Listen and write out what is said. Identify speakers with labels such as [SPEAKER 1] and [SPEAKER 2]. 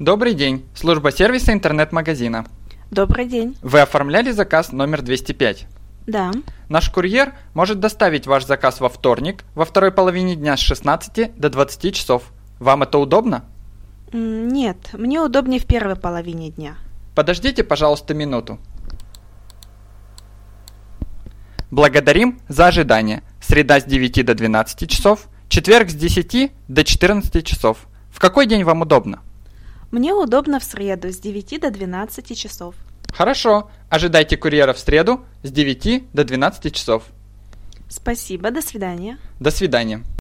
[SPEAKER 1] Добрый день, служба сервиса интернет-магазина.
[SPEAKER 2] Добрый день.
[SPEAKER 1] Вы оформляли заказ номер 205.
[SPEAKER 2] Да.
[SPEAKER 1] Наш курьер может доставить ваш заказ во вторник, во второй половине дня с 16 до 20 часов. Вам это удобно?
[SPEAKER 2] М, Нет, мне удобнее в первой половине дня.
[SPEAKER 1] Подождите, пожалуйста, минуту. Благодарим за ожидание. Среда с 9 до 12 часов, четверг с 10 до 14 часов. В какой день вам удобно?
[SPEAKER 2] Мне удобно в среду с 9 до 12 часов.
[SPEAKER 1] Хорошо, ожидайте курьера в среду с 9 до 12 часов.
[SPEAKER 2] Спасибо, до свидания.
[SPEAKER 1] До свидания.